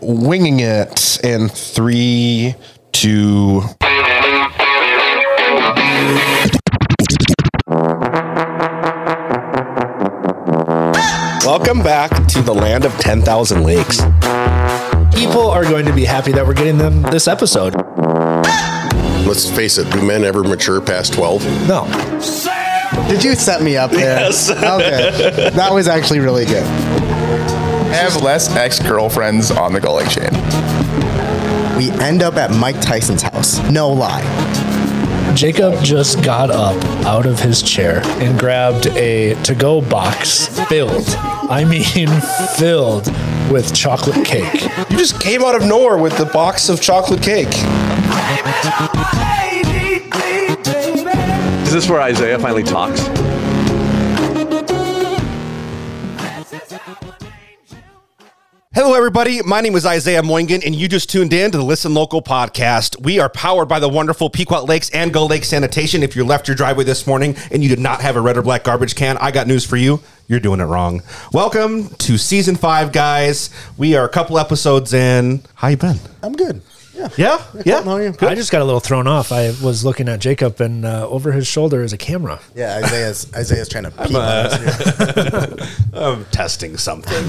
winging it in three, two. Welcome back to the land of 10,000 lakes. People are going to be happy that we're getting them this episode. Let's face it, do men ever mature past 12? No. Did you set me up there? Yes. Okay. That was actually really good. Have less ex girlfriends on the gulling chain. We end up at Mike Tyson's house. No lie. Jacob just got up out of his chair and grabbed a to go box filled, I mean, filled with chocolate cake. You just came out of nowhere with the box of chocolate cake. Is this where Isaiah finally talks? Hello, everybody. My name is Isaiah Moingen, and you just tuned in to the Listen Local podcast. We are powered by the wonderful Pequot Lakes and Gull Lake Sanitation. If you left your driveway this morning and you did not have a red or black garbage can, I got news for you. You're doing it wrong. Welcome to season five, guys. We are a couple episodes in. How you been? I'm good. Yeah. Yeah, yeah. How are you? I just got a little thrown off. I was looking at Jacob, and uh, over his shoulder is a camera. Yeah, Isaiah's Isaiah's trying to peep on us here. I'm testing something.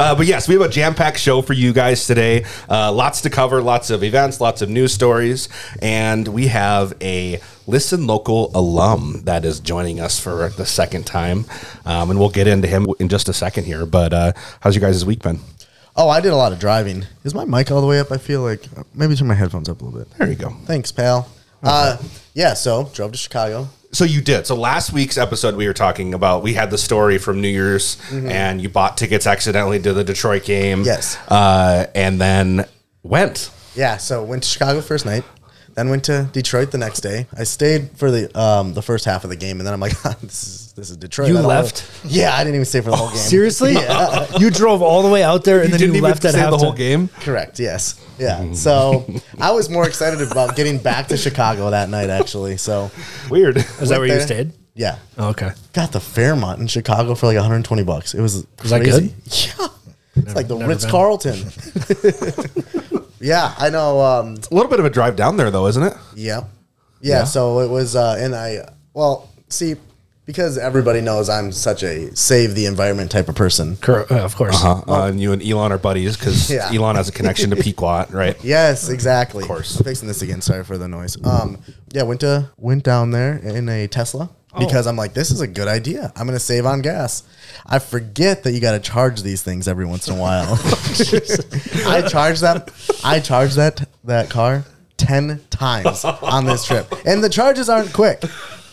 uh, but yes, we have a jam packed show for you guys today. Uh, lots to cover, lots of events, lots of news stories. And we have a Listen Local alum that is joining us for the second time. Um, and we'll get into him in just a second here. But uh, how's your guys' week been? Oh, I did a lot of driving. Is my mic all the way up? I feel like maybe turn my headphones up a little bit. There you go. Thanks, pal. Uh, yeah, so drove to Chicago. So you did. So last week's episode, we were talking about we had the story from New Year's, and you bought tickets accidentally to the Detroit game. Yes. uh, and then went. Yeah, so went to Chicago first night, then went to Detroit the next day. I stayed for the um, the first half of the game, and then I'm like, "Ah, this is this is Detroit. You I don't wanna- left? Oh, Yeah, I didn't even stay for the whole game. Seriously? You drove all the way out there, and then you left at halftime. the whole game. Correct. Yes. Yeah. So I was more excited about getting back to Chicago that night, actually. So Weird. Is that where you there. stayed? yeah, Oh, okay. got the Fairmont in Chicago for like 120 bucks. It was Was that crazy. Yeah. It's like the never Ritz Carlton. yeah, I know. Um, a little bit of a drive down there, though, isn't it? Yeah. Yeah. So it was, uh, and I, well, see, because everybody knows I'm such a save the environment type of person. Cor- uh, of course. Uh-huh. Uh, uh, and you and Elon are buddies because Yeah. Elon has a connection to Pequot, right? Yes, exactly. Of course. Fixing this again. Sorry for the noise. Um, yeah, went to went down there in a Tesla Oh. because I'm like, this is a good idea. I'm gonna save on gas. I forget that you gotta charge these things every once in a while. Oh, I charge that. I charge that that car ten times on this trip, and the charges aren't quick.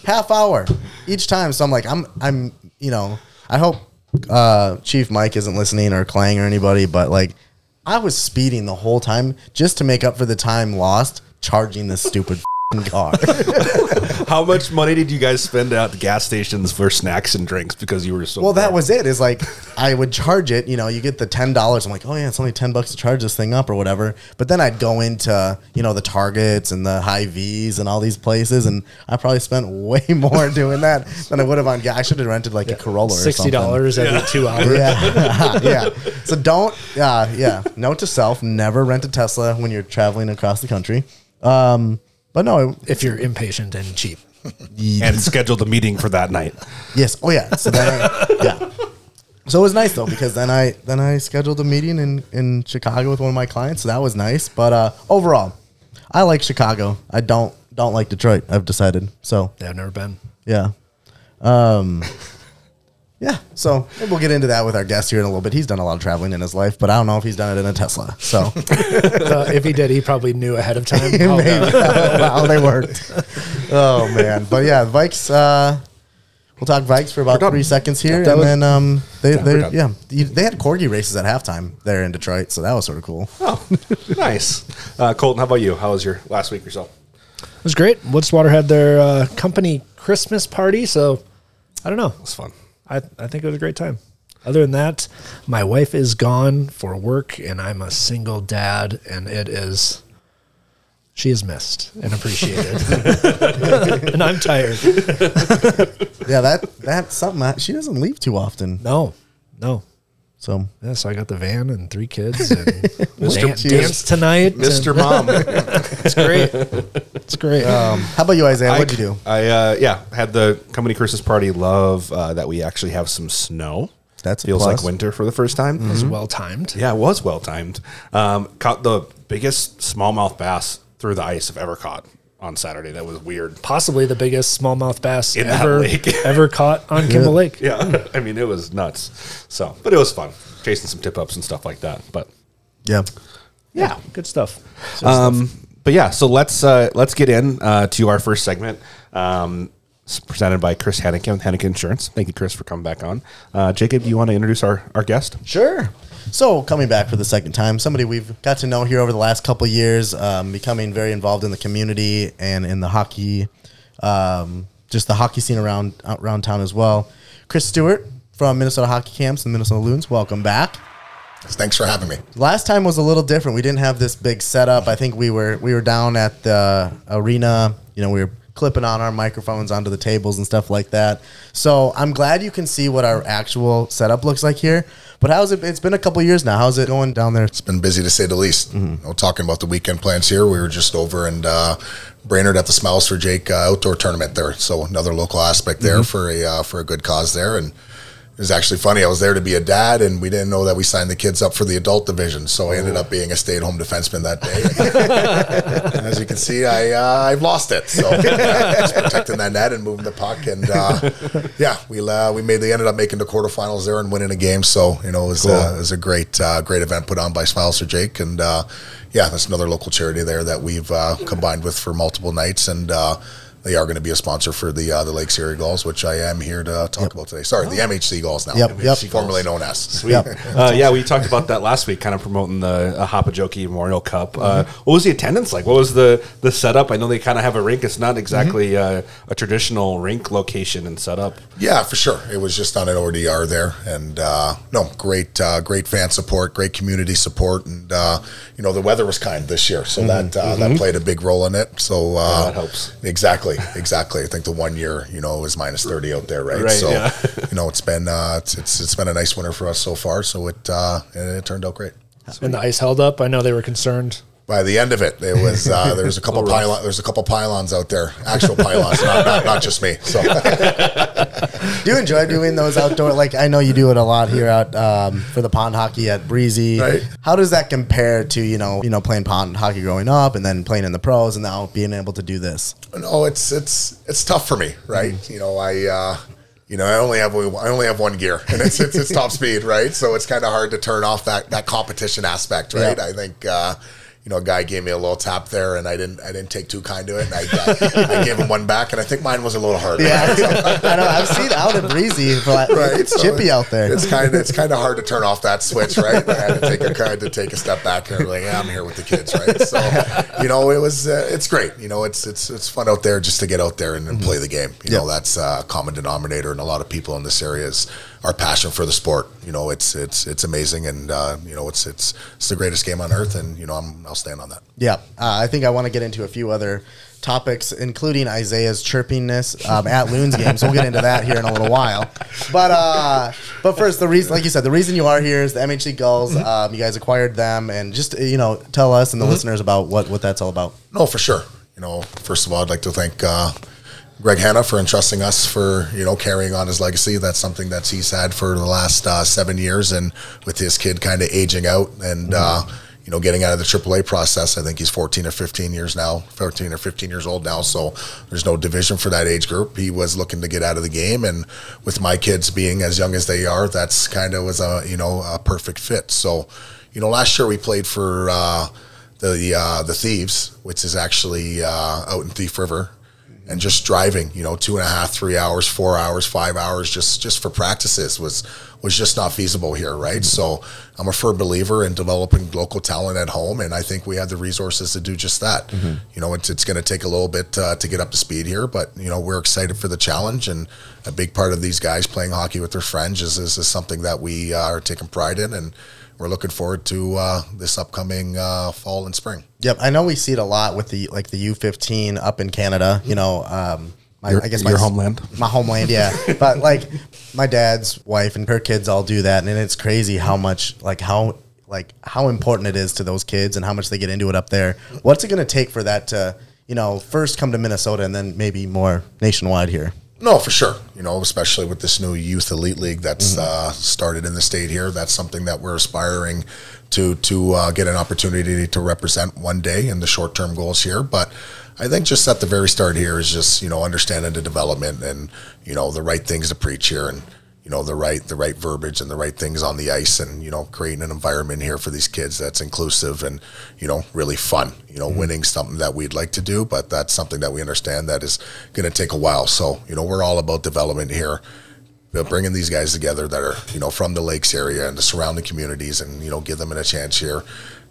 Half hour each time. So I'm like, I'm I'm you know, I hope uh, Chief Mike isn't listening or Clang or anybody, but like. I was speeding the whole time just to make up for the time lost charging this stupid f***ing car. How much money did you guys spend at the gas stations for snacks and drinks because you were so? Well, that broke? was it. Is like I would charge it. You know, you get the ten dollars. I'm like, oh yeah, it's only ten bucks to charge this thing up or whatever. But then I'd go into you know the Targets and the High V's and all these places, and I probably spent way more doing that than I would have on gas. I should have rented like a Corolla. or Sixty something. dollars every two hours. Yeah, yeah. So don't. Uh, yeah. Note to self: never rent a Tesla when you're traveling across the country. Um, but no, it, If you're impatient and cheap. and scheduled a meeting for that night. Yes. Oh yeah. So then I, yeah. So it was nice though because then I then I scheduled a meeting in in Chicago with one of my clients. So that was nice. But uh, overall, I like Chicago. I don't don't like Detroit. I've decided. So Yeah, I've never been. yeah. Um. Yeah, so maybe we'll get into that with our guest here in a little bit. He's done a lot of traveling in his life, but I don't know if he's done it in a Tesla. So Uh, if he did, he probably knew ahead of time. Maybe how that- how they worked. Oh man, but yeah, Vikes. Uh, we'll talk Vikes for about three seconds here, and then um, they we're they done. yeah you- they had corgi races at halftime there in Detroit, so that was sort of cool. Oh, nice. Uh, Colton, how about you? How was your last week or so? It was great. Woodswater had their uh, company Christmas party, so I don't know. It was fun. I, I think it was a great time. Other than that, my wife is gone for work, and I'm a single dad, and it is she is missed and appreciated, and I'm tired. Yeah, that that's something I, she doesn't leave too often. No, no, So Um, Yeah, so I got the van and three kids and dan- Cheers. dance tonight. Mr. and- Mom. It's great. It's great. how about you, Isaiah? What'd you do? I uh, yeah had the company Christmas party. Love uh, that we actually have some snow. That's a feels plus. Mm-hmm. like winter for the first time. it's well timed. Yeah, it was well timed. Um, caught the biggest smallmouth bass through the ice I've ever caught on Saturday. That was weird. Possibly the biggest smallmouth bass In that ever lake. ever caught on Kimball Lake. Yeah, I mean it was nuts. So, but it was fun chasing some tip ups and stuff like that. But Yeah. Yeah, good stuff. Um, but yeah, so let's uh, let's get in uh, to our first segment. Um, it's presented by Chris Hannigan with Hannigan Insurance. Thank you, Chris, for coming back on. Uh, Jacob, do you want to introduce our, our guest? Sure. So coming back for the second time, somebody we've got to know here over the last couple years, um, becoming very involved in the community and in the hockey, um, just the hockey scene around around town as well. Chris Stewart from Minnesota Hockey Camps and Minnesota Loons, welcome back. Thanks for having me. Last time was a little different. We didn't have this big setup. I think we were we were down at the arena. You know, we were clipping on our microphones onto the tables and stuff like that. So I'm glad you can see what our actual setup looks like here. But how's it? It's been a couple years now. How's it going down there? It's been busy to say the least. Mm-hmm. You know, talking about the weekend plans here, we were just over and uh, Brainerd at the Smiles for Jake uh, outdoor tournament there. So another local aspect there Mm-hmm. for a uh, for a good cause there. And it was actually funny. I was there to be a dad, and we didn't know that we signed the kids up for the adult division. So I Oh. ended up being a stay at home defenseman that day. And as you can see, I uh, I've lost it. So yeah, just protecting that net and moving the puck, and uh, yeah, we uh, we made. They ended up making the quarterfinals there and winning a game. So you know, it was, uh, it was a great uh, great event put on by Smiles for Jake, and uh, yeah, that's another local charity there that we've uh, combined with for multiple nights and. Uh, they are going to be a sponsor for the uh, the Lake Erie goals, which I am here to talk about today. Sorry, the MHC goals now. Oh. Yep, yep. Formerly known as. Yep. Uh, yeah, we talked about that last week, kind of promoting the uh, Hopajoki Memorial Cup. Uh, Mm-hmm. what was the attendance like? What was the the setup? I know they kind of have a rink. It's Mm-hmm. not exactly uh, a traditional rink location and setup. Yeah, for sure. It was just on an ODR there, and uh, no, great, uh, great fan support, great community support, and uh, you know the weather was kind this year, so that uh, that played a big role in it. So uh, Mm-hmm. that helps. Exactly, exactly. I think the one year, you know, it was minus thirty out there, right? Right, so yeah. you know, it's been uh, it's, it's it's been a nice winter for us so far. So it uh, and it turned out great. And the ice held up. I know they were concerned. By the end of it, it was uh, there was a couple pylon, there's a couple pylons out there, actual pylons, not, not not just me. So. Do you enjoy doing those outdoor? Like I know you do it a lot here out um, for the pond hockey at Breezy. Right. How does that compare to you know you know playing pond hockey growing up and then playing in the pros and now being able to do this? no, it's it's it's tough for me, right? You know, I uh, you know I only have I only have one gear, and it's it's, it's top speed, right? So it's kind of hard to turn off that that competition aspect, right? Yeah. I think. Uh, you know, a guy gave me a little tap there, and I didn't. I didn't take too kind to it, and I, I, I gave him one back, and I think mine was a little harder. Yeah, I know. I've seen out at Breezy, but Right, it's so chippy out there. It's kind of it's kind of hard to turn off that switch, right? I had to take a I had to take a step back and be like, yeah, I'm here with the kids, right? So, you know, it was uh, it's great. You know, it's it's it's fun out there just to get out there and, and play the game. You know, that's uh, a common denominator, and a lot of people in this area is our passion for the sport. You know, it's it's it's amazing, and uh, you know, it's it's it's the greatest game on earth, and you know, I'm I'll stand on that. Yeah, uh, I think I want to get into a few other topics, including Isaiah's chirpiness um, at Loons games. We'll get into that here in a little while. But uh, but first, the reason, like you said, the reason you are here is the MHC Gulls. Mm-hmm. Um, you guys acquired them, and just uh, you know, tell us and the listeners about what what that's all about. No, for sure. You know, first of all, I'd like to thank uh, Greg Hanna for entrusting us for you know carrying on his legacy. That's something that he's had for the last uh, seven years, and with his kid kind of aging out and. Uh, you know, getting out of the AAA process. I think he's 14 or 15 years now, 14 or 15 years old now. So there's no division for that age group. He was looking to get out of the game, and with my kids being as young as they are, that's kind of was a you know a perfect fit. So, you know, last year we played for uh, the uh, the thieves, which is actually uh, out in Thief River, and just driving, you know, two and a half, three hours, four hours, five hours, just just for practices was was just not feasible here, right? So I'm a firm believer in developing local talent at home, and I think we have the resources to do just that. You know, it's it's going to take a little bit uh, to get up to speed here, but you know, we're excited for the challenge, and a big part of these guys playing hockey with their friends is is, is something that we uh, are taking pride in, and we're looking forward to uh, this upcoming uh, fall and spring. Yep, I know we see it a lot with the like the U fifteen up in Canada. You know, um, my Your- I guess my your homeland? my homeland, yeah. but like my dad's wife and her kids all do that, and it's crazy how much like how like how important it is to those kids and how much they get into it up there. What's it going to take for that to you know first come to Minnesota and then maybe more nationwide here? No, for sure. You know, especially with this new youth elite league that's uh, started in the state here, that's something that we're aspiring to to uh, get an opportunity to represent one day in the short term goals here. But I think just at the very start here is just you know understanding the development and you know the right things to preach here and you know the right the right verbiage and the right things on the ice and you know creating an environment here for these kids that's inclusive and you know really fun you know winning something that we'd like to do but that's something that we understand that is going to take a while so you know we're all about development here but bringing these guys together that are you know from the lakes area and the surrounding communities and you know give them a chance here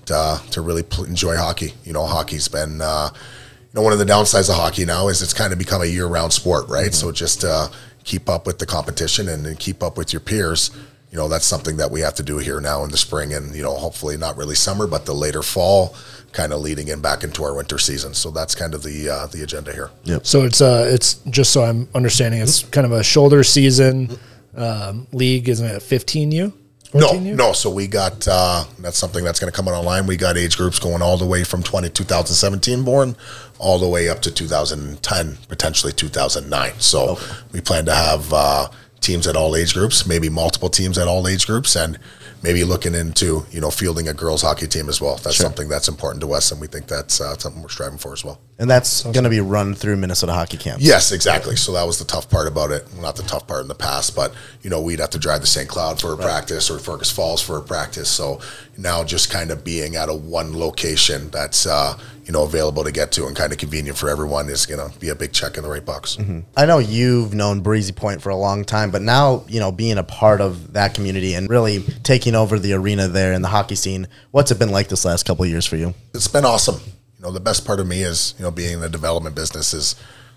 to, uh, to really pl- enjoy hockey you know hockey's been uh, you know one of the downsides of hockey now is it's kind of become a year-round sport right so just uh, keep up with the competition and, and keep up with your peers you know that's something that we have to do here now in the spring and you know hopefully not really summer but the later fall kind of leading in back into our winter season so that's kind of the uh, the agenda here So it's uh it's just so I'm understanding it's kind of a shoulder season um, league, isn't it? Fifteen U. No, 14U? no. So we got uh, that's something that's going to come out online. We got age groups going all the way from 20, 2017 born, all the way up to 2010, potentially 2009. So we plan to have uh, teams at all age groups, maybe multiple teams at all age groups, and maybe looking into you know fielding a girls hockey team as well. That's something that's important to us, and we think that's uh, something we're striving for as well. And that's going to be run through Minnesota Hockey Camp. Yes, exactly. So that was the tough part about it. Well, Not the tough part in the past, but you know, we'd have to drive to St. Cloud for a practice or Fergus Falls for a practice. So now just kind of being at a one location that's uh, you know available to get to and kind of convenient for everyone is going to be a big check in the right box. I know you've known Breezy Point for a long time, but now, you know, being a part of that community and really taking over the arena there and the hockey scene, what's it been like this last couple of years for you? it's been awesome. You know, the best part of me is, you know, being in the development business is,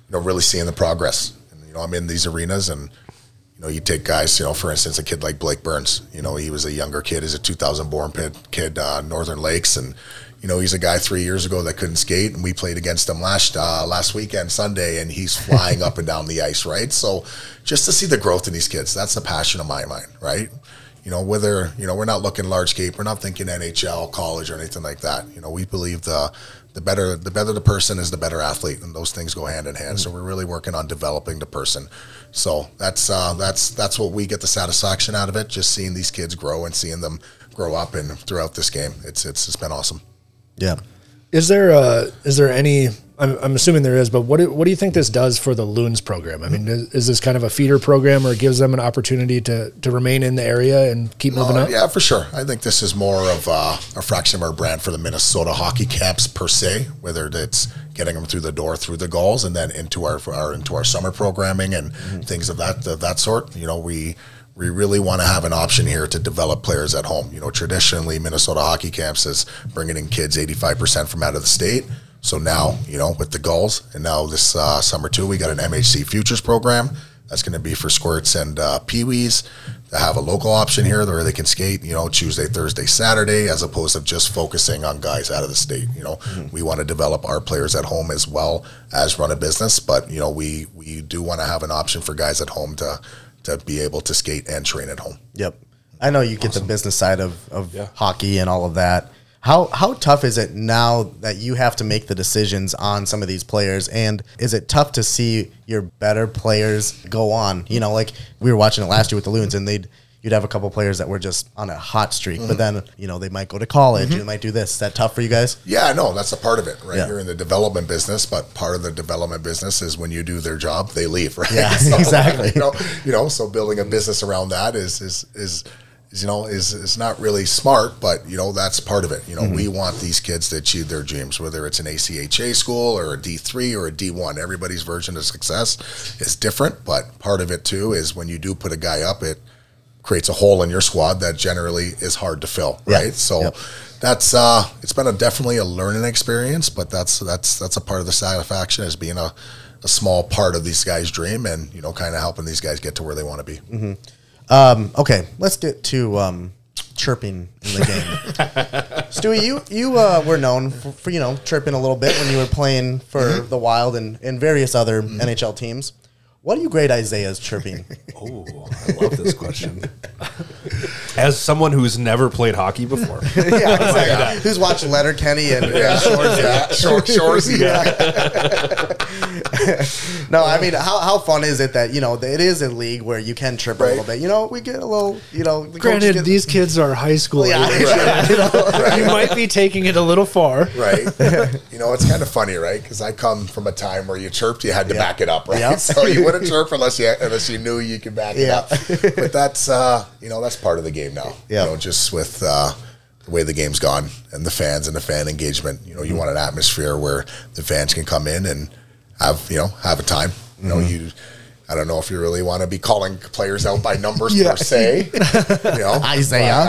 you know, really seeing the progress. And, you know, I'm in these arenas and, you know, you take guys, you know, for instance, a kid like Blake Burns, you know, he was a younger kid, he's a 2000 born pit, kid, uh, Northern Lakes. And, you know, he's a guy three years ago that couldn't skate and we played against him last, uh, last weekend, Sunday, and he's flying up and down the ice, right? So just to see the growth in these kids, that's the passion of my mind, right? you know, whether, you know, we're not looking large scape, we're not thinking NHL, college, or anything like that. You know, we believe the the better the better the person is the better athlete and those things go hand in hand. So we're really working on developing the person. So that's uh that's that's what we get the satisfaction out of it, just seeing these kids grow and seeing them grow up and throughout this game. It's it's it's been awesome. Yeah. Is there uh is there any? I'm, I'm assuming there is, but what do, what do you think this does for the loons program? I mean, is, is this kind of a feeder program, or gives them an opportunity to to remain in the area and keep moving up? Yeah, for sure. I think this is more of uh, a fraction of our brand for the Minnesota hockey camps per se, whether it's getting them through the door through the goals and then into our, our into our summer programming and Mm-hmm. things of that of that sort. You know, we we really want to have an option here to develop players at home. You know, traditionally Minnesota hockey camps is bringing in kids eighty five percent from out of the state. So now, you know, with the goals, and now this uh, summer too, we got an MHC futures program that's going to be for squirts and uh, peewees to have a local option here where they can skate, you know, Tuesday, Thursday, Saturday, as opposed to just focusing on guys out of the state. You know, we want to develop our players at home as well as run a business, but you know, we we do want to have an option for guys at home to to be able to skate and train at home. Yep. I know you get the business side of, of hockey and all of that. How how tough is it now that you have to make the decisions on some of these players? And is it tough to see your better players go on? You know, like we were watching it last year with the Loons and they'd you'd have a couple players that were just on a hot streak, but then, you know, they might go to college, they might do this. Is that tough for you guys? Yeah, no, that's a part of it, right? Yeah. You're in the development business, but part of the development business is when you do their job, they leave, right? Yeah, exactly. You know, you know, so building a business around that is is is, is you know is is not really smart, but you know that's part of it. You know, Mm-hmm. we want these kids to achieve their dreams, whether it's an ACHA school or a D three or a D one. Everybody's version of success is different, but part of it too is when you do put a guy up, it creates a hole in your squad that generally is hard to fill, Yeah. right? So Yep. that's uh, it's been a definitely a learning experience, but that's that's that's a part of the satisfaction is being a, a small part of these guys' dream and you know kind of helping these guys get to where they want to be. Okay, let's get to um, chirping in the game. Stewie, you you uh, were known for, for you know chirping a little bit when you were playing for the Wild and, and various other NHL teams. What do you grade Isaiah's chirping? Ooh, Oh, I love this question. As someone who's never played hockey before, yeah, exactly. Who's watched Letter Kenny and uh, Yeah, shores, yeah. Short, shores, yeah. no? I mean, how, how fun is it that you know it is a league where you can chirp a Right. little bit? You know, we get a little you know. the coach Granted, gets- these kids are high school. Yeah, age. You, know, you might be taking it a little far. Right. You know, it's kind of funny, right? Because I come from a time where you chirped, you had to back it up, right? Yep. So you wouldn't chirp unless you unless you knew you could back Yeah. it up. But that's uh, you know that's part of the game now. Yeah. You know, just with uh, the way the game's gone and the fans and the fan engagement. You know, Mm-hmm. you want an atmosphere where the fans can come in and have you know have a time. You know, Mm-hmm. you. I don't know if you really want to be calling players out by numbers per se. You know, Isaiah.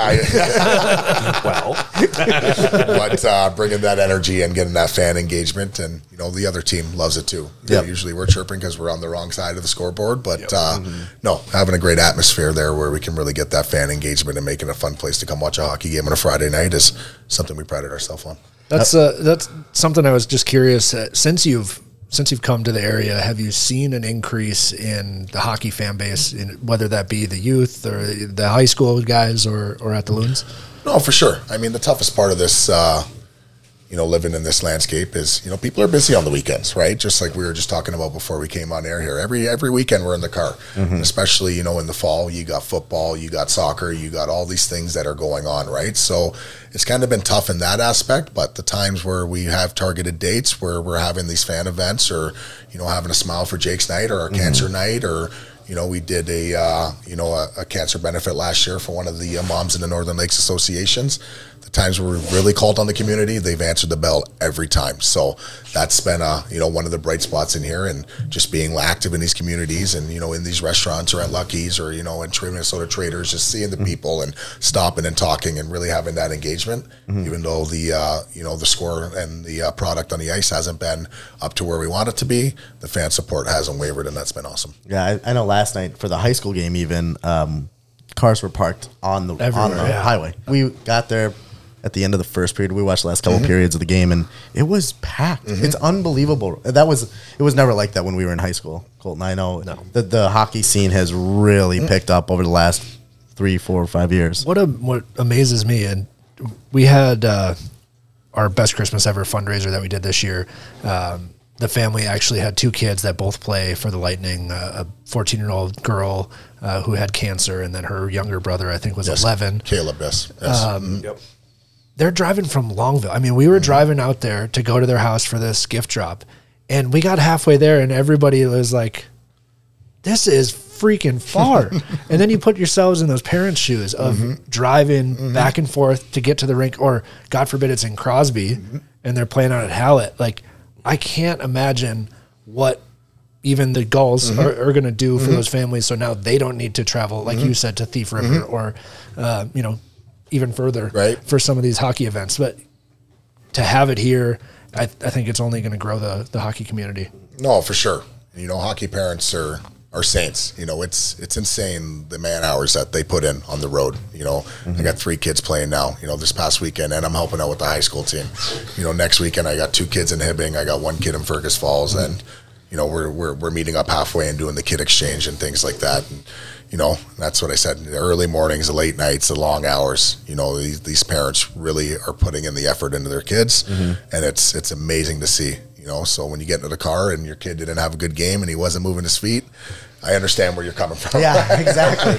But I- well, but uh, bringing that energy and getting that fan engagement, and you know the other team loves it too. You know, Yep. usually we're chirping because we're on the wrong side of the scoreboard, but uh, no, having a great atmosphere there where we can really get that fan engagement and making it a fun place to come watch a hockey game on a Friday night is something we prided ourselves on. That's uh, that's something I was just curious. Uh, since you've since you've come to the area, have you seen an increase in the hockey fan base, in, whether that be the youth or the high school guys or or at the loons? No, for sure. I mean, the toughest part of this, uh, you know, living in this landscape is, you know, people are busy on the weekends, right? Just like we were just talking about before we came on air here. Every every weekend we're in the car, especially you know in the fall. You got football, you got soccer, you got all these things that are going on, right? So it's kind of been tough in that aspect. But the times where we have targeted dates where we're having these fan events, or you know, having a smile for Jake's night or our cancer night, or you know, we did a uh, you know a, a cancer benefit last year for one of the uh, moms in the Northern Lakes associations. The times where we've really called on the community, they've answered the bell every time. So that's been uh, you know one of the bright spots in here, and just being active in these communities, and you know in these restaurants or at Lucky's or you know in Tri- Minnesota Traders, just seeing the people and stopping and talking and really having that engagement. Even though the uh, you know the score and the uh, product on the ice hasn't been up to where we want it to be, the fan support hasn't wavered, and that's been awesome. Yeah, I, I know. Last night for the high school game, even um, cars were parked on the on Everywhere, the yeah. highway. We got there at the end of the first period. We watched the last Mm-hmm. couple periods of the game, and it was packed. It's unbelievable. That was it was never like that when we were in high school. Colton, I know that the hockey scene has really picked up over the last three, four, five years. Mm. What a, what amazes me, and we had uh, our best Christmas ever fundraiser that we did this year. Um, the family actually had two kids that both play for the Lightning. Uh, a 14 year old girl uh, who had cancer, and then her younger brother, I think, was 11. Caleb, yes, yes. Um, they're driving from Longville. I mean, we were driving out there to go to their house for this gift drop, and we got halfway there, and everybody was like, "This is freaking far." and then you put yourselves in those parents' shoes of driving back and forth to get to the rink, or God forbid, it's in Crosby, and they're playing out at Hallett. Like, I can't imagine what even the gulls are, are going to do for those families. So now they don't need to travel, like you said, to Thief River or, uh, you know, even further Right. for some of these hockey events. But to have it here, I, I think it's only going to grow the, the hockey community. No, for sure. You know, hockey parents are are saints. You know, it's it's insane the man hours that they put in on the road. You know, I got three kids playing now. You know, this past weekend, and I'm helping out with the high school team. You know, next weekend I got two kids in Hibbing. I got one kid in Fergus Falls, and you know we're we're we're meeting up halfway and doing the kid exchange and things like that. And, you know, that's what I said. The early mornings, the late nights, the long hours. You know, these, these parents really are putting in the effort into their kids, and it's it's amazing to see. You know, so when you get into the car and your kid didn't have a good game and he wasn't moving his feet, I understand where you're coming from. Yeah, exactly.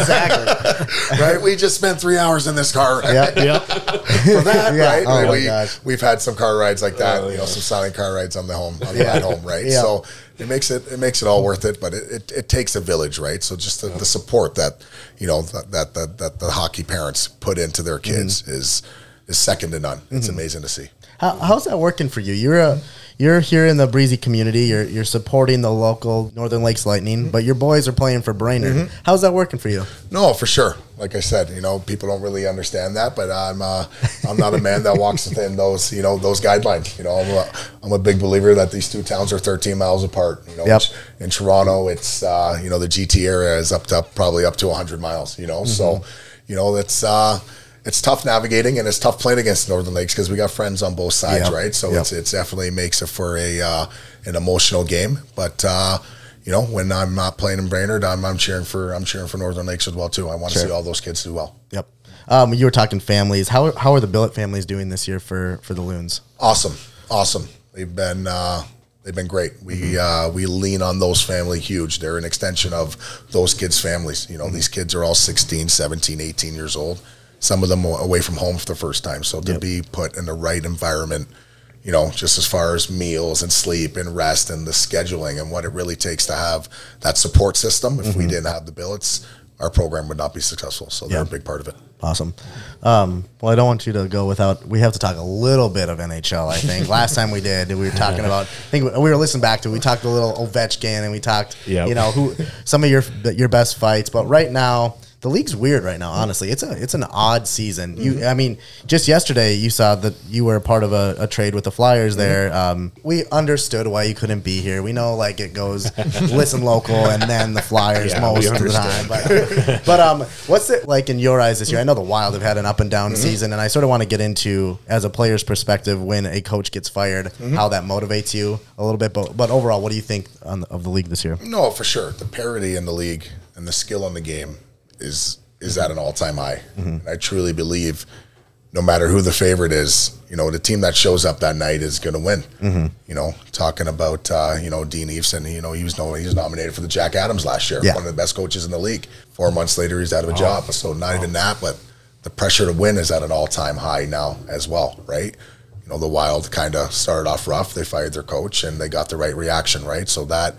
exactly. right. We just spent three hours in this car Yep. for that, Yeah. right? Oh Like my we gosh. Oh, we've had some car rides like that, you know, some silent car rides on the home on the ride home, right? Yeah. So it makes it it makes it all worth it, but it, it, it takes a village, right? So just the, the support that you know that, that that that the hockey parents put into their kids Mm-hmm. is is second to none. It's amazing to see. How, how's that working for you? You're a you're here in the Breezy community. You're you're supporting the local Northern Lakes Lightning, but your boys are playing for Brainerd. How's that working for you? No, for sure. Like I said, you know, people don't really understand that, but I'm uh, I'm not a man that walks within those you know those guidelines. You know, I'm a, I'm a big believer that these two towns are 13 miles apart. You know, Yep. in Toronto, it's uh, you know the GT area is up to probably up to 100 miles. You know, so you know that's uh, it's tough navigating and it's tough playing against Northern Lakes because we got friends on both sides, Yeah. right? So Yeah. it's it's definitely makes it for a uh, an emotional game. But uh, you know, when I'm not playing in Brainerd, I'm, I'm cheering for I'm cheering for Northern Lakes as well too. I want to see all those kids do well. Yep. Um, you were talking families. How, how are the billet families doing this year for, for the loons? Awesome, awesome. They've been uh, they've been great. We uh, we lean on those family huge. They're an extension of those kids' families. You know, these kids are all 16, 17, 18 years old. Some of them are away from home for the first time. So to be put in the right environment, you know, just as far as meals and sleep and rest and the scheduling and what it really takes to have that support system. If we didn't have the billets, our program would not be successful. So they're a Yeah. big part of it. Awesome. Um, well, I don't want you to go without. We have to talk a little bit of NHL. I think last time we did, we were talking about. I think we were listening back to. We talked a little Ovechkin, and we talked. Yep. You know who some of your your best fights, but right now the league's weird. Right now, honestly, it's a it's an odd season. You, I mean, just yesterday you saw that you were a part of a, a trade with the Flyers. There, um, we understood why you couldn't be here. We know like it goes listen local and then the Flyers Yeah, most we of the time, but, but um, what's it like in your eyes this year? I know the Wild have had an up and down Mm-hmm. season, and I sort of want to get into, as a player's perspective, when a coach gets fired, Mm-hmm. how that motivates you a little bit. But but overall, what do you think on the, of the league this year? No, for sure. The parity in the league and the skill in the game is is at an all time high. And I truly believe, no matter who the favorite is, you know, the team that shows up that night is going to win. You know, talking about uh, you know Dean Eveson, you know he was no, he was nominated for the Jack Adams last year, Yeah. one of the best coaches in the league. Four months later, he's out of a job. So not even that, but the pressure to win is at an all time high now as well, right? You know, the Wild kind of started off rough. They fired their coach and they got the right reaction, right? So that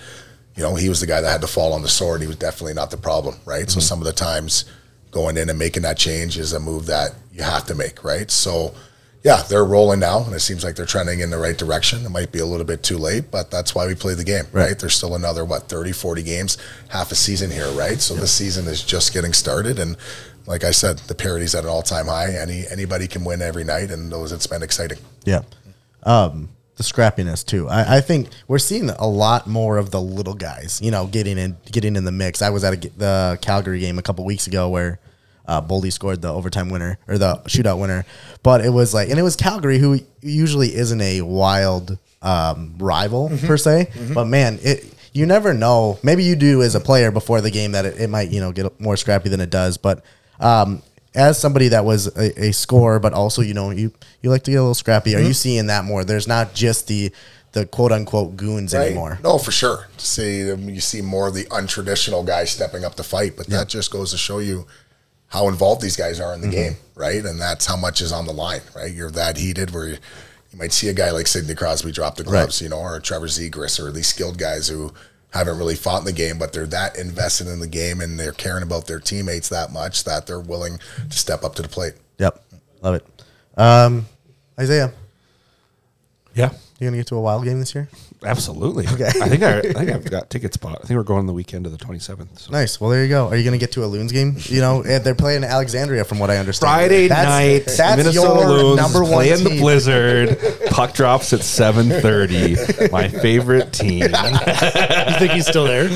you know, he was the guy that had to fall on the sword. He was definitely not the problem, right? So some of the times going in and making that change is a move that you have to make, right? So yeah, they're rolling now and it seems like they're trending in the right direction. It might be a little bit too late, but that's why we play the game, right? There's still another what 30, 40 games, half a season here, right? So this season is just getting started and like I said, the parity's at an all-time high. Any anybody can win every night and those it's been exciting. Yeah. Um, the scrappiness too. I, I think we're seeing a lot more of the little guys, you know, getting in getting in the mix. I was at a, g- the Calgary game a couple weeks ago where uh, Boldy scored the overtime winner or the shootout winner, but it was like, and it was Calgary who usually isn't a wild um, rival per se, but man, it you never know. Maybe you do as a player before the game that it, it might you know get more scrappy than it does, but um, as somebody that was a, a scorer, but also you know you you like to get a little scrappy. Mm-hmm. Are you seeing that more? There's not just the the quote unquote goons Right. anymore. No, for sure. See, um, you see more of the untraditional guys stepping up to fight, but that just goes to show you how involved these guys are in the game, right? And that's how much is on the line, right? You're that heated where you, you might see a guy like Sidney Crosby drop the gloves, you know, or Trevor Zegras, or these skilled guys who haven't really fought in the game, but they're that invested in the game and they're caring about their teammates that much that they're willing to step up to the plate. Yep, love it. Um, Isaiah, Yeah. you gonna get to a wild game this year? Absolutely. Okay. I think I, I think I've got tickets bought. I think we're going on the weekend of the 27th. So. Nice. Well, there you go. Are you gonna get to a loons game? You know, eh, they're playing Alexandria, from what I understand. Friday That's- night, That's Minnesota your Loons number one playing the team. Blizzard puck drops at 7:30. My favorite team. I You think he's still there?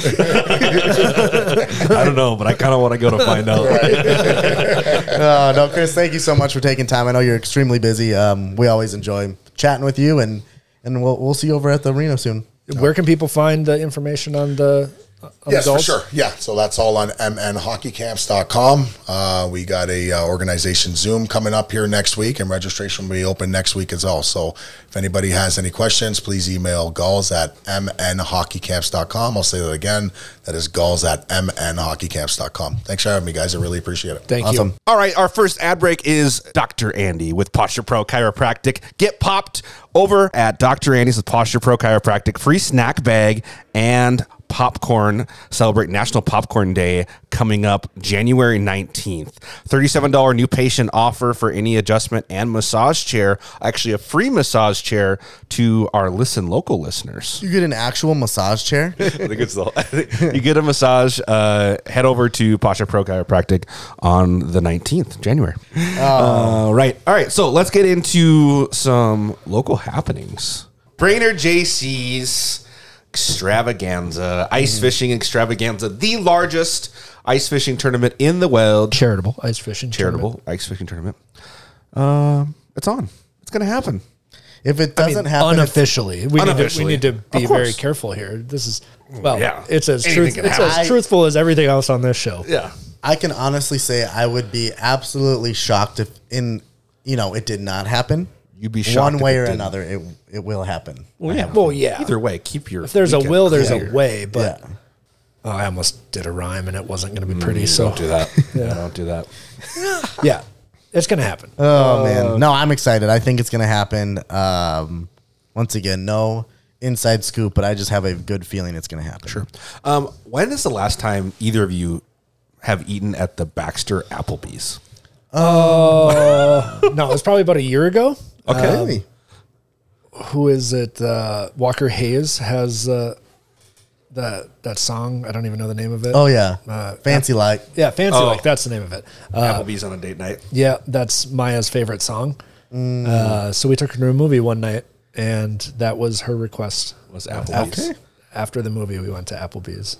don't know, but I kind of want to go to find out. Oh, no, Chris, thank you so much for taking time. I know you're extremely busy. Um, we always enjoy chatting with you, and and we'll we'll see you over at the arena soon. Where can people find the information on the? On yes, the for golf? sure. Yeah, so that's all on mnhockeycamps.com. Uh, we got a uh, organization Zoom coming up here next week, and registration will be open next week as well. So if anybody has any questions, please email gulls at mnhockeycamps.com. I'll say that again. That is gulls at mnhockeycamps.com. Thanks for having me, guys. I really appreciate it. Thank you. Awesome. All right, our first ad break is Dr. Andy with Posture Pro Chiropractic. Get popped over at Dr. Andy's with Posture Pro Chiropractic. Free snack bag and popcorn. Celebrate National Popcorn Day coming up January 19th. $37 new patient offer for any adjustment and massage chair. Actually, a free massage chair to our Listen Local listeners. You get an actual massage chair. I think it's the. I think you get a massage. Uh, head over to Pasha Pro Chiropractic on the nineteenth January. Uh, right. All right. So let's get into some local happenings. Brainerd Mm. JC's extravaganza, ice fishing extravaganza, the largest ice fishing tournament in the wild. Charitable ice fishing. Charitable tournament. ice fishing tournament. Um, it's on. It's going to happen. If it doesn't happen, it's- unofficially. We, Unofficially. Need to, we need to be Of very course. careful here. This is well, Mm, Yeah. it's as Anything truth, can it's happen. as truthful as everything else on this show. Yeah. I can honestly say I would be absolutely shocked if in you know it did not happen. You'd be shocked one if way it or didn't. another. It it will happen. Well, yeah. Well, yeah. Either way, keep your. if there's a weekend will, there's clear. a way. But yeah. oh, I almost did a rhyme and it wasn't going to be pretty. so Mm, Don't do that. yeah. Don't do that. yeah, it's going to happen. Oh Uh, man, no, I'm excited. I think it's gonna happen. Um, once again, no inside scoop, but I just have a good feeling it's gonna happen. Sure. Um, when is the last time either of you have eaten at the Baxter Applebee's? no, it was probably about a year ago. Okay. Really? Who is it? Uh, Walker Hayes has uh, that that song. I don't even know the name of it. Oh yeah. Uh, Fancy like. yeah, fancy Oh. like that's the name of it. Uh, Applebee's on a date night. Yeah, that's Maya's favorite song. Mm. Uh, so we took her to a movie one night, and that was her request. Was Applebee's. After, after the movie, we went to Applebee's.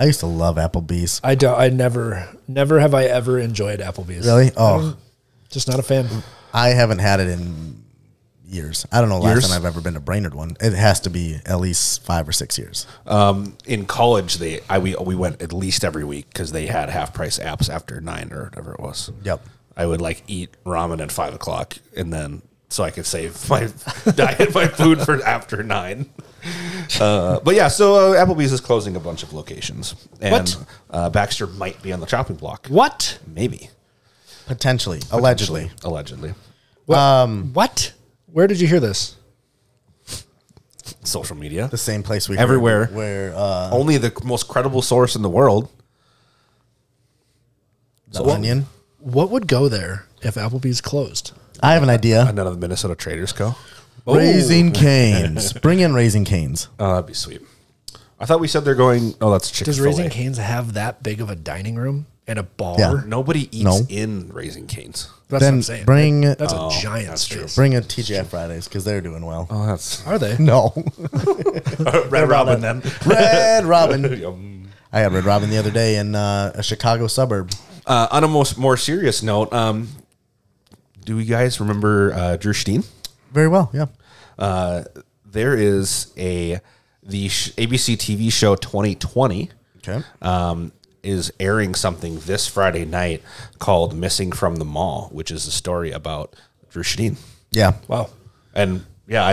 I used to love Applebee's. I don't. I never, never have I ever enjoyed Applebee's. Really? Oh, Just not a fan. I haven't had it in years. I don't know the last Years? time I've ever been to Brainerd one. It has to be at least five or six years. In college, they I we we went at least every week because they had half price apps after nine or whatever it was. Yep. I would like eat ramen at five o'clock and then so I could save my diet my food for after nine. Uh, but yeah, so uh, Applebee's is closing a bunch of locations, and What? Uh, Baxter might be on the chopping block. What? Maybe Potentially, allegedly. allegedly What? Where did you hear this? social media. The same place we Everywhere. heard where uh, only the most credible source in the world. the onion. What would go there if Applebee's closed? I have an idea. None of the Minnesota traders go. Oh. Raising Canes. Bring in Raising Canes. Oh, that'd be sweet. I thought we said they're going. Oh, that's Chick Does Fil Raising A. Canes have that big of a dining room and a bar? Yeah. Nobody eats No. in Raising Canes. That's what Then Oh, I'm saying. bring- that's a giant space. Bring in TGI Fridays because they're doing well. Oh, that's Are they? No. Red Robin then. Red Robin. I had Red Robin the other day in uh, a Chicago suburb. Uh, on a most more serious note, um, do you guys remember uh, Drew Steen? Very well, Oh, yeah. Uh, there is a the sh- ABC TV show 2020. Okay. Uh, um, is airing something this Friday night called "Missing from the Mall," which is a story about Drew Shadeen. Yeah. Wow. Oh. And yeah, I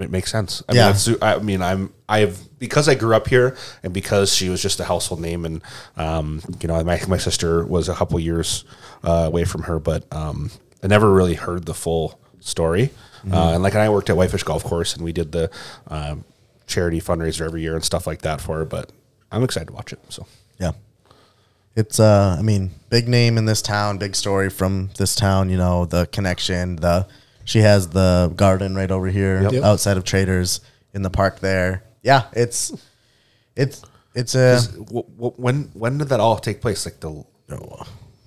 it makes sense. I Yeah. mean, that's, I mean, I'm I've because I grew up here and because she was just a household name, and um, you know, my my sister was a couple years uh, away from her, but um, I never really heard the full story. Uh, and like I worked at Whitefish Golf Course, and we did the um, charity fundraiser every year and stuff like that for her. But I'm excited to watch it. So. Yeah. It's uh I mean, big name in this town, big story from this town, you know, the connection, the she has the garden right over here Yep. Yep. outside of Traders in the park there. Yeah, it's it's it's a Wh- wh- when when did that all take place? Like the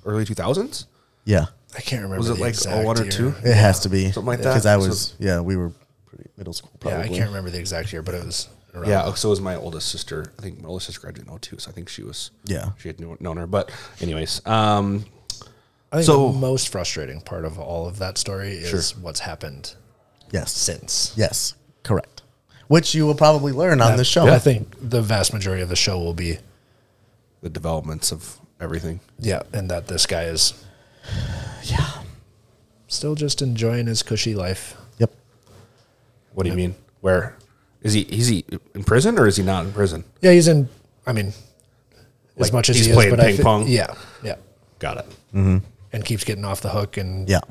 early two thousands? yeah. I can't remember. Was it the like exact oh one or year. two? It has to be Something like that. because I So- was yeah, we were pretty middle school Yeah, probably. I can't remember the exact year, but it was around. Yeah. oh, So was my oldest sister. I think my oldest sister graduated in 02, so I think she was Yeah. she had knew- known her. But anyways, um, I think So- the most frustrating part of all of that story is what's happened Yes. since. Yes. Correct. Which you will probably learn on the show. I think the vast majority of the show will be the developments of everything. yeah, and that this guy is yeah still just enjoying his cushy life. Yep. What do you mean? Where is he? Is he in prison or is he not in prison? Yeah, he's in. I mean, as much as he's he is, playing but I ping thi- pong? Yeah, yeah, Got it. and keeps getting off the hook and Yeah.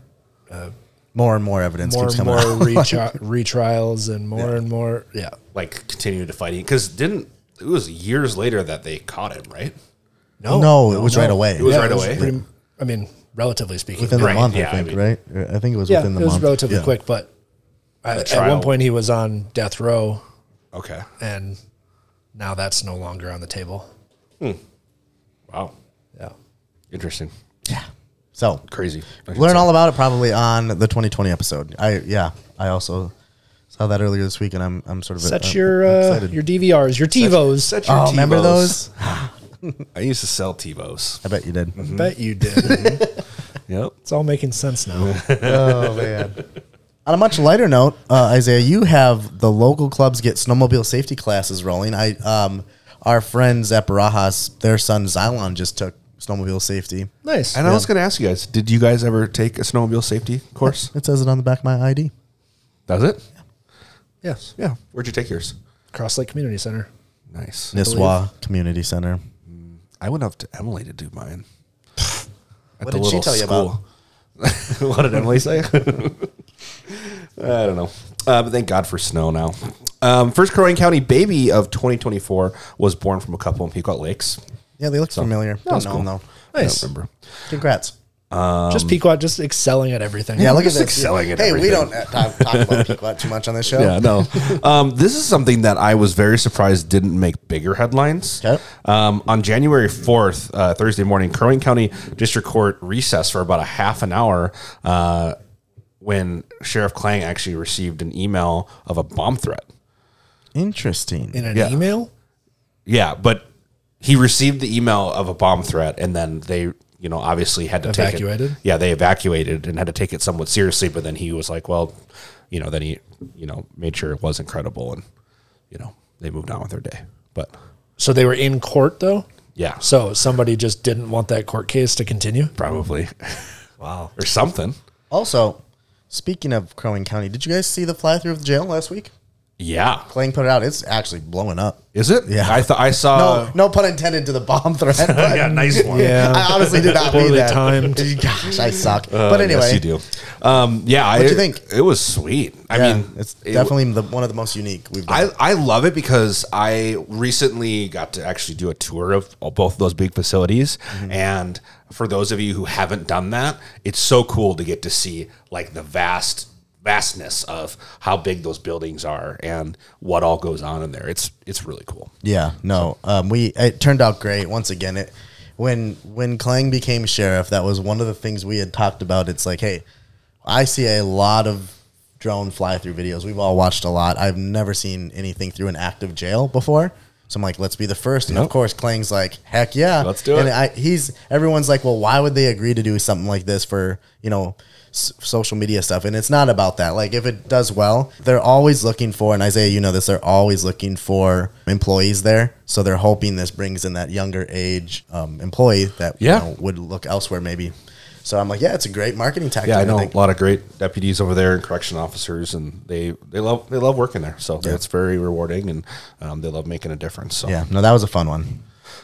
more and more evidence Uh, more keeps and coming more out. retri- retrials and more and more. Yeah, Like continue to fighting because didn't it was years later that they caught him, right? no, no, it was right away. It was Yeah, right away. pretty- I mean, relatively speaking, within Right, the month, yeah, I I think, mean- right? Or I think it was yeah, within the it was month. relatively Yeah. quick, but I, at trial. one point he was on death row, okay. and now that's no longer on the table. Wow. Yeah, Interesting. So Crazy. I should learn say. all about it probably on the 2020 episode. I yeah, I also saw that earlier this week, and I'm I'm sort of set uh, your uh, excited. your DVRs, your TiVos. set your oh, remember TiVos. those? I used to sell TiVos. I bet you did. Bet you did. Yep. it's all making sense now. Oh man. On a much lighter note, uh, Isaiah, you have the local clubs get snowmobile safety classes rolling. I, um, our friends at Barajas, their son Xylon just took snowmobile safety. Nice. And I was going to ask you guys, did you guys ever take a snowmobile safety course? It says it on the back of my ID. Does it? Yes. Yeah. Where'd you take yours? Cross Lake Community Center. Nice. Nisswa Community Center. I went up to Emily to do mine. At What the did she little tell you about? school. what did Emily say? I don't know. Uh, but thank God for snow now. Um, first Crow Wing County baby of 2024 was born from a couple in Pequot Lakes. Yeah, they look familiar. Don't was know cool. them though. Nice. I don't remember. Congrats. just Pequot, just excelling at everything. Yeah, look at Um, Just this. excelling at hey, we everything. don't uh, talk, talk about Pequot too much on this show. Yeah, no. um, this is something that I was very surprised didn't make bigger headlines. Okay. Um, on January 4th, uh, Thursday morning, Crow Wing County District Court recessed for about a half an hour uh, when Sheriff Klang actually received an email of a bomb threat. Interesting. In an Yeah. email? Yeah, but he received the email of a bomb threat, and then they, you know, obviously had to Evacuated? Take it, yeah, they evacuated and had to take it somewhat seriously. But then he was like, well, you know, then he, you know, made sure it wasn't credible, and you know, they moved on with their day. But So they were in court though? yeah, So somebody just didn't want that court case to continue? probably, wow, or something. Also, speaking of Crow Wing County, did you guys see the fly through of the jail last week? Yeah, Clang put it out. It's actually blowing up. is it? Yeah. I thought I No, saw. no pun intended to the bomb threat. but- Uh, yeah, nice one. I honestly did not Poorly read that. timed. Gosh, I suck. but anyway, Uh, yes, you do. Um, yeah, I, What'd you think? It was sweet. I yeah, mean, it's it- definitely the, one of the most unique we've done. I, I love it because I recently got to actually do a tour of all- both of those big facilities. And for those of you who haven't done that, it's so cool to get to see like the vast vastness of how big those buildings are and what all goes on in there. It's it's really cool. yeah, no, um, we it turned out great once again. It when when Klang became sheriff, that was one of the things we had talked about. It's like, hey, I see a lot of drone fly through videos. We've all watched a lot. I've never seen anything through an active jail before. So I'm like, let's be the first. And of course, Klang's like, heck yeah, Let's do And it. I, he's everyone's like, well, why would they agree to do something like this for you know s- social media stuff? And it's not about that. Like if it does well, they're always looking for. And Isaiah, you know this. They're always looking for employees there. So they're hoping this brings in that younger age um, employee that you Yeah. know, would look elsewhere maybe. So I'm like, yeah, it's a great marketing tactic. Yeah, I know a think. lot of great deputies over there and correction officers and they, they love they love working there. So it's very rewarding and um, they love making a difference. So Yeah, no, that was a fun one.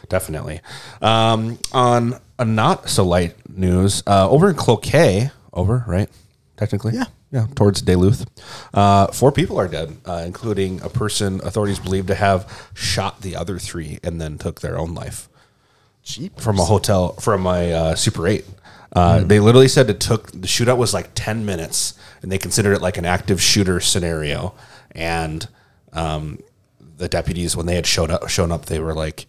definitely. Um, on a not so light news, uh, over in Cloquet, over right, technically, Yeah. yeah, towards Duluth, uh, four people are dead, uh, including a person authorities believe to have shot the other three and then took their own life Cheap. from a hotel from a uh, Super Eight. Uh, Hmm. They literally said it took the shootout was like ten minutes, and they considered it like an active shooter scenario. And um, the deputies, when they had showed up, shown up, they were like,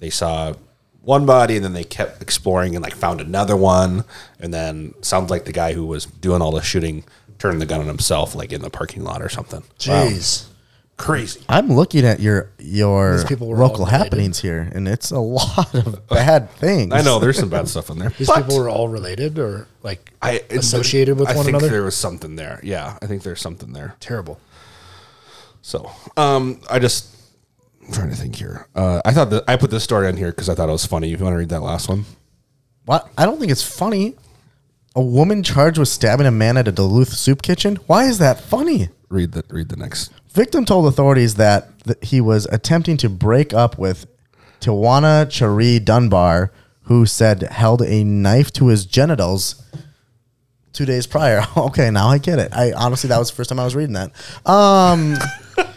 they saw one body, and then they kept exploring and like found another one, and then sounds like the guy who was doing all the shooting turned the gun on himself, like in the parking lot or something. Jeez. Crazy. I'm looking at your your people were all local related. happenings here, and it's a lot of bad things. I know there's some bad stuff in there. These but- people were all related or like I, associated with I one think another? There was something there. Yeah, I think there's something there. terrible. So, um, I just I'm trying to think here. Uh, I thought that I put this story on here because I thought it was funny. If you want to read that last one, What? I don't think it's funny. A woman charged with stabbing a man at a Duluth soup kitchen. Why is that funny? read the read the next. Victim told authorities that th- he was attempting to break up with Tawana Cherie Dunbar, who said held a knife to his genitals two days prior. okay, now I get it. I honestly that was the first time I was reading that. Um.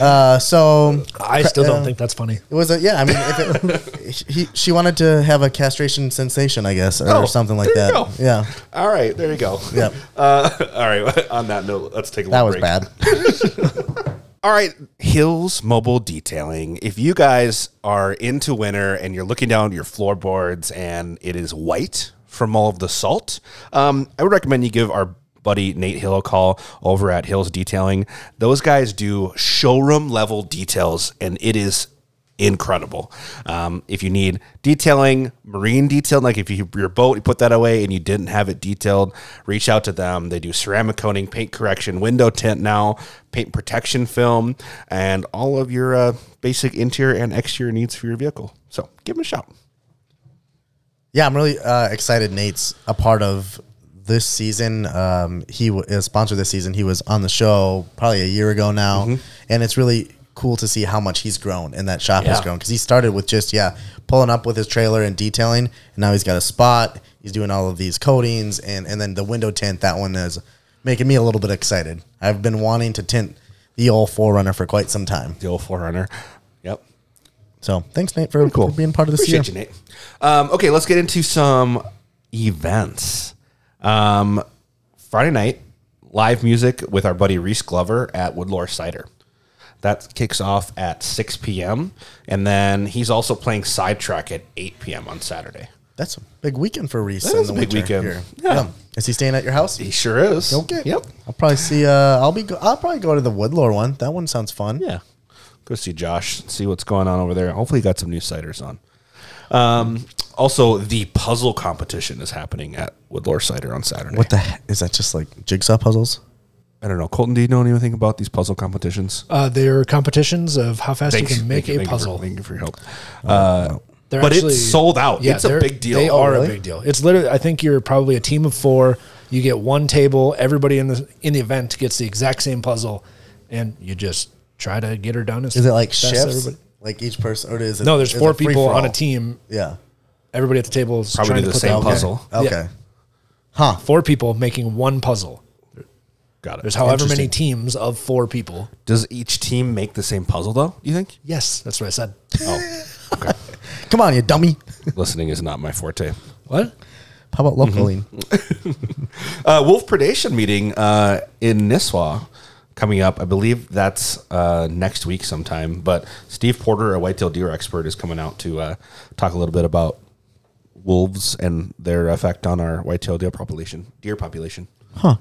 uh. So I still don't think that's funny. it was a yeah. I mean, if it, he she wanted to have a castration sensation, I guess, or Oh, something like there that. you go. Yeah, All right, there you go. Yep. Uh, all right. On that note, let's take a that little was break. bad. All right, Hills Mobile Detailing. If you guys are into winter and you're looking down at your floorboards and it is white from all of the salt, um, I would recommend you give our buddy Nate Hill a call over at Hills Detailing. Those guys do showroom level details and it is incredible. Um, if you need detailing, marine detailing, like if you your boat, you put that away and you didn't have it detailed, reach out to them. They do ceramic coating, paint correction, window tint now, paint protection film, and all of your uh, basic interior and exterior needs for your vehicle. So give them a shout. Yeah, I'm really uh, excited. Nate's a part of this season. Um, he w- is sponsored this season. He was on the show probably a year ago now, Mm-hmm. and it's really cool to see how much he's grown and that shop has Yeah. grown because he started with just yeah pulling up with his trailer and detailing, and now he's got a spot. He's doing all of these coatings and and then the window tint. That one is making me a little bit excited. I've been wanting to tint the old Forerunner for quite some time. The old Forerunner. Yep. So thanks, Nate, for, for being part of this year. Appreciate you, Nate. Um, okay, let's get into some events. Um, Friday night, live music with our buddy Reese Glover at Woodlore Cider. That kicks off at 6 p.m. And then he's also playing Sidetrack at 8 p.m. on Saturday. That's a big weekend for Reese. That in is the a big winter weekend. here. Yeah. Yeah. Is he staying at your house? He sure is. Okay. Yep. I'll probably see. Uh, I'll be. Go- I'll probably go to the Woodlore one. That one sounds fun. Yeah. Go see Josh, see what's going on over there. Hopefully, he got some new ciders on. Um, also, the puzzle competition is happening at Woodlore Cider on Saturday. What the heck? is that? Just like jigsaw puzzles? I don't know. Colton, do you know anything about these puzzle competitions? Uh, there are competitions of how fast you can make Thank you- a thank you for- puzzle. Uh, thank you for your help. Uh, They're But it's sold out. It's a they're- big deal. They Oh, are really? a big deal. It's literally. I think you're probably a team of four. You get one table. Everybody in the in the event gets the exact same puzzle, and you just try to get her done. As Is it like fast as shifts? everybody- Like each person, or is it? No, there's is it four free people for on a all? team. Yeah. Everybody at the table is Probably trying do to the put same that Okay. puzzle. Yeah. Okay. Huh. Four people making one puzzle. Got it. There's however many teams of four people. Does each team make the same puzzle though? You think? Yes, that's what I said. Oh, Come on, you dummy. listening is not my forte. What? How about locally? Uh, Wolf predation meeting uh, in Nisswa coming up. I believe that's uh, next week sometime. But Steve Porter, a whitetail deer expert, is coming out to uh, talk a little bit about wolves and their effect on our whitetail deer population. Deer population. That's a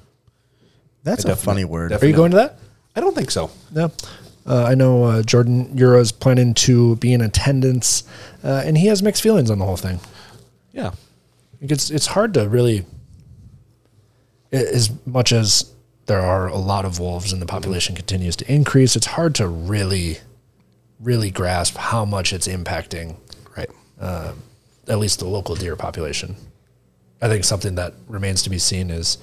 Definite- funny word. Are you going to that? I don't think so. No. Uh, I know uh, Jordan Euro is planning to be in attendance, uh, and he has mixed feelings on the whole thing. Yeah. It's it's hard to really, a- as much as there are a lot of wolves and the population continues to increase, it's hard to really, really grasp how much it's impacting Right. at least the local deer population. I think something that remains to be seen is,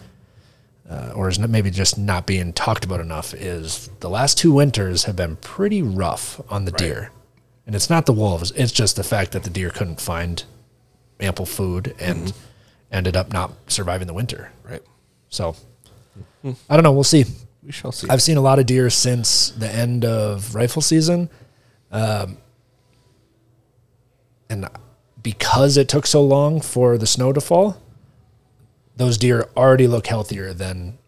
uh, or is not- maybe just not being talked about enough, is the last two winters have been pretty rough on the deer. And it's not the wolves, it's just the fact that the deer couldn't find ample food and ended up not surviving the winter. Right. So I don't know. We'll see. We shall see. I've seen a lot of deer since the end of rifle season. Um, and because it took so long for the snow to fall, those deer already look healthier than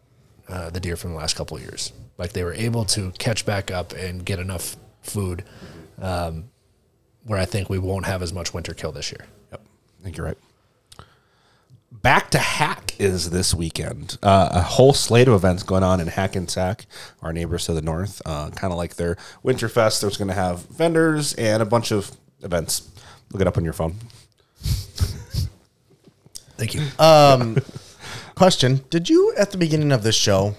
uh, the deer from the last couple of years. Like they were able to catch back up and get enough food um, where I think we won't have as much winter kill this year. Yep. I think you're right. Back to Hack is this weekend. Uh, a whole slate of events going on in Hack and Sack, our neighbors to the north. Uh, kind of like their Winterfest. There's going to have vendors and a bunch of events. Look it up on your phone. Thank you. Um, Question: Did you at the beginning of this show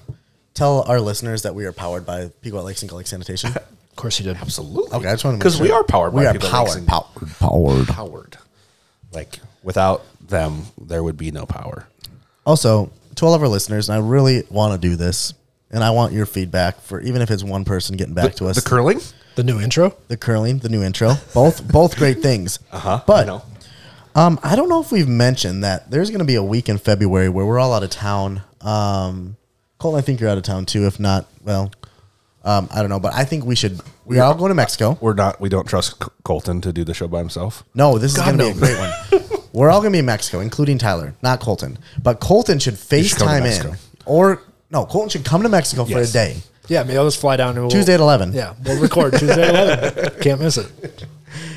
tell our listeners that we are powered by Pequot Lakes and Gull Lake Sanitation? of course you did. Absolutely. Okay, I just wanna make because we sure. are powered. We by are people that makes powered, it- powered, powered. Powered. Like without them, there would be no power. Also, to all of our listeners, and I really want to do this, and I want your feedback for even if it's one person getting back to us. The curling. The new intro? the curling, the new intro, both both great things. Uh-huh. But know. um, I don't know if we've mentioned that there's going to be a week in February where we're all out of town. Um, Colton, I think you're out of town too. If not, well, um, I don't know. But I think we should. We're all going to Mexico. We're not. We don't trust C- Colton to do the show by himself. No, this is going to be a great one. We're all going to be in Mexico, including Tyler, not Colton. But Colton should should come to FaceTime Mexico. in, or no, Colton should come to Mexico for a Yes. day. Yeah, maybe I'll just fly down and we'll, Tuesday at 11. Yeah, we'll record Tuesday at 11. Can't miss it.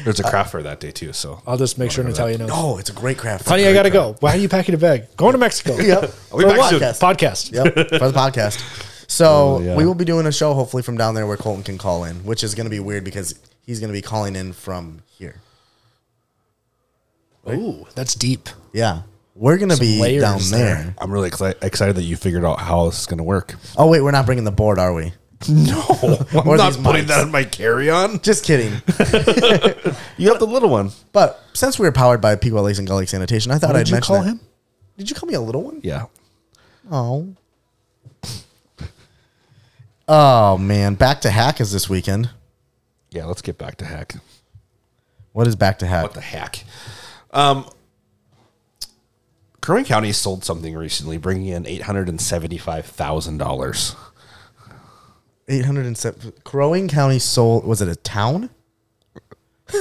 There's a craft fair that day too. So I'll just make sure Natalia knows. Oh, it's a great craft. Honey, I gotta go. Why are you packing a bag? Going to Mexico. Yep. we For back a soon? podcast. Podcast. yep, for the podcast. So yeah. we will be doing a show hopefully from down there where Colton can call in, which is going to be weird because he's going to be calling in from here. Ooh, that's deep. Yeah. We're going to Some be layers down there. there. I'm really exci- excited that you figured out how this is going to work. Oh, wait, we're not bringing the board, are we? No, I'm Or not these putting mics. that in my carry-on. Just kidding. You have the little one. but since we were powered by Pequot Lakes and Gull Lake Sanitation, I thought I'd Did you mention call it. him? Did you call me a little one? Yeah. Oh. Oh man, back to hack is this weekend. Yeah. Let's get back to hack. What is back to hack? What the heck? Um, Kerwin County sold something recently, bringing in eight hundred and seventy-five thousand dollars. Eight hundred and seven. Crowing County sold. Was it a town?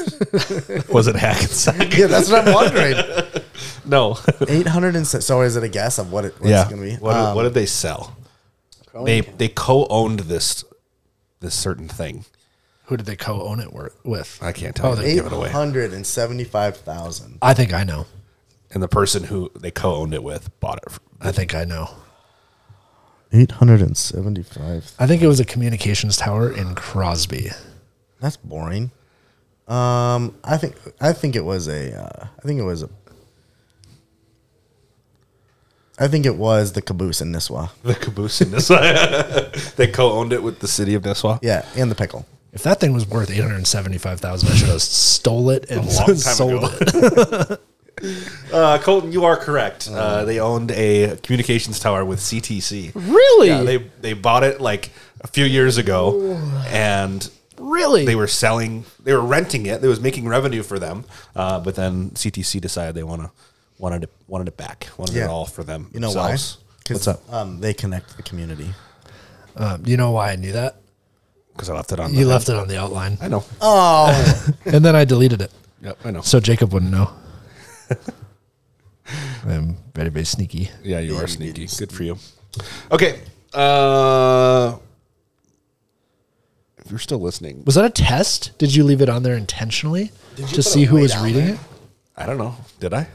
Was it hack and sack? Yeah, that's what I'm wondering. No. Eight hundred and seven. So is it a guess of what it, what it's going to be? What, Um, what did they sell? They they co-owned this this certain thing. Who did they co-own it wor- with? I can't Oh, tell Uh, you. they- Give it away. 875,000. I think I know. And the person who they co-owned it with bought it. f- I think I know. 875. I think it was a communications tower in Crosby. That's boring. Um, I think I think it was a uh, I think it was a I think it was the caboose in Nisswa. The caboose in Nisswa. they co-owned it with the city of Nisswa. Yeah, and the pickle. If that thing was worth eight hundred seventy-five thousand, I should have stole it and long time sold ago. it. Uh, Colton, you are correct. Uh, they owned a communications tower with CTC. Really? Yeah, they they bought it like a few years ago, and Really? they were selling, they were renting it. It was making revenue for them, uh, but then CTC decided they want to wanted it wanted it back, wanted Yeah. it all for them. You know themselves. why? 'Cause, What's up? Um, they connect the community. Um, you know why I knew that? Because I left it on. You the- left it on the outline, I know. Oh, and then I deleted it, Yep, I know. so Jacob wouldn't know. I'm very, very sneaky. Yeah, you are sneaky. Good for you. Okay. Uh, if you're still listening, Was that a test? Did you leave it on there intentionally to see who was reading it? I don't know. Did I?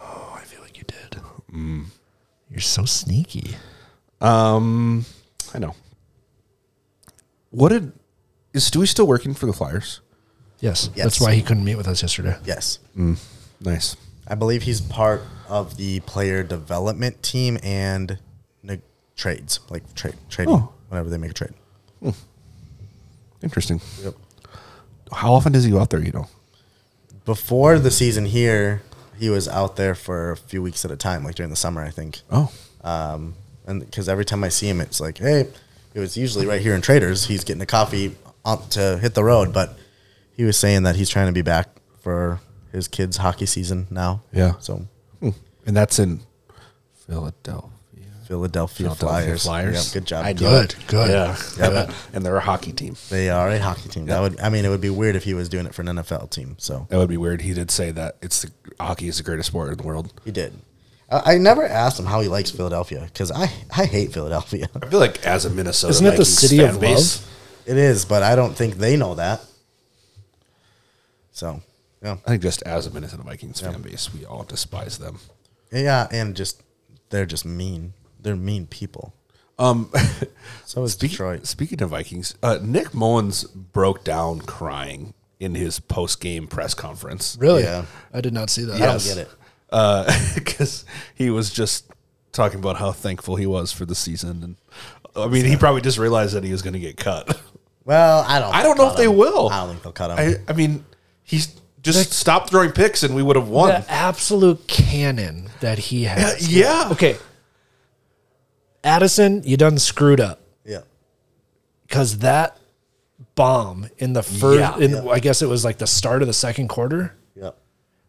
Oh, I feel like you did. Mm. You're so sneaky. Um, I know. What did is Stewie still working for the Flyers? Yes, Yes. that's why he couldn't meet with us yesterday. yes. Nice. I believe he's part of the player development team and neg- trades, like trade trading Oh. whenever they make a trade. Interesting. Yep. How often is he out there? You know. Before the season here, he was out there for a few weeks at a time, like during the summer, I think. Oh, Um, and because every time I see him, it's like, hey, it was usually right here in Traders. He's getting a coffee on, to hit the road, but he was saying that he's trying to be back for his kids' hockey season now. Yeah. So and that's in Philadelphia. Philadelphia, Philadelphia Flyers. Flyers. Yep, good job. I Keith. knew Good, good. Yeah. and they're a hockey team. They are a hockey team. That would I mean it would be weird if he was doing it for an NFL team. So That would be weird. He did say that it's the hockey is the greatest sport in the world. he did. I, I never asked him how he likes Philadelphia because I I hate Philadelphia. I feel like as a Minnesota, Isn't it the Vikings city of fan base- love? it is, but I don't think they know that. So yeah, I think just as a Minnesota Vikings fan base, we all despise them. yeah, and just they're just mean. They're mean people. Um, So is Speaking, Detroit. Speaking of Vikings, uh, Nick Mullins broke down crying in his post game press conference. Really? Yeah. I did not see that. I don't get it. Because he was just talking about how thankful he was for the season. And I mean, he probably just realized that he was going to get cut. Well, I don't. I think don't know they'll if they cut him. will. I don't think they'll cut him. I, I mean, he's just stopped throwing picks and we would have won. The absolute cannon that he has. Yeah. Okay. Addison, you done screwed up yeah. because that bomb in the first, Yeah. in, I guess it was like the start of the second quarter, Yeah.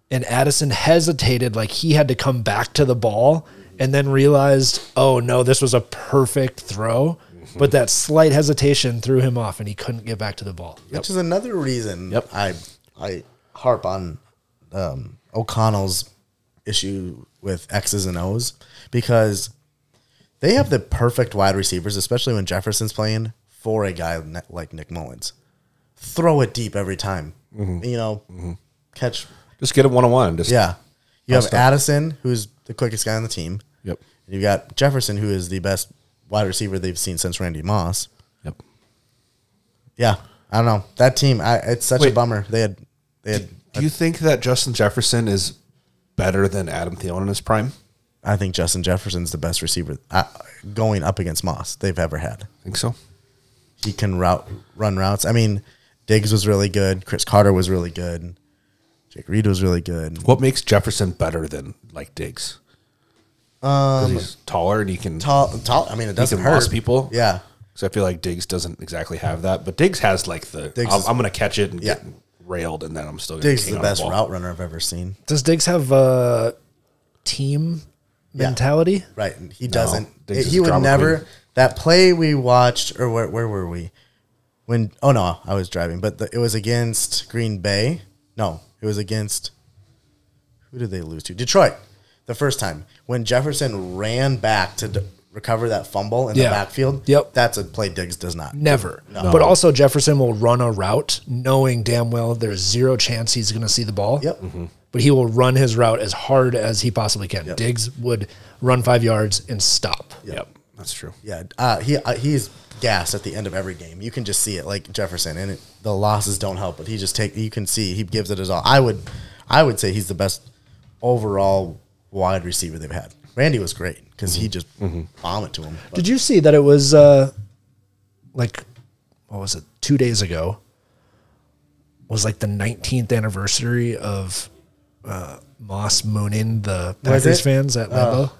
and Addison hesitated, like he had to come back to the ball, and then realized, oh no, this was a perfect throw. Mm-hmm. But that slight hesitation threw him off, and he couldn't get back to the ball. which is another reason Yep. I I harp on um, O'Connell's issue with X's and O's because they have the perfect wide receivers, especially when Jefferson's playing for a guy ne- like Nick Mullins. Throw it deep every time, Mm-hmm. you know, catch. Just get him one on one. Just Yeah, you have Addison, who's the quickest guy on the team. Yep. And you've got Jefferson, who is the best wide receiver they've seen since Randy Moss. Yep. Yeah, I don't know that team. I, it's such a Wait. bummer. They had they had. Do you think that Justin Jefferson is better than Adam Thielen in his prime? I think Justin Jefferson's the best receiver uh, going up against Moss they've ever had. I think so. He can route run routes. I mean, Diggs was really good. Chris Carter was really good. Jake Reed was really good. What makes Jefferson better than like Diggs? Um, 'Cause he's taller and he can Tall, tall. I mean, it doesn't can hurt boss people. Yeah, So I feel like Diggs doesn't exactly have that, but Diggs has like the Diggs I'm, is- I'm going to catch it and Yeah. get railed, and then I'm still gonna Diggs is hang the on to best ball. route runner I've ever seen. Does Diggs have a team Yeah. mentality? Right. and He doesn't. Diggs is he a would drama never. queen. That play we watched, or where, where were we? When oh no, I was driving, but the, it was against Green Bay. No, it was against who did they lose to? Detroit. The first time when Jefferson ran back to d- recover that fumble in the Yeah. backfield. Yep. that's a play Diggs does not. Never. But also Jefferson will run a route knowing damn well there's zero chance he's going to see the ball. Yep. But he will run his route as hard as he possibly can. Diggs would run five yards and stop. Yep, that's true. Yeah, uh, he uh, he's gassed at the end of every game. You can just see it, like Jefferson, and it, the losses don't help. But he just take. You can see he gives it his all. I would, I would say he's the best overall wide receiver they've had. Randy was great because he just Mm-hmm. bombed it to him. But Did you see that it was uh, like what was it? Two days ago was like the 19th anniversary of uh, Moss mooning the Was Packers it? Uh, fans at Lambeau.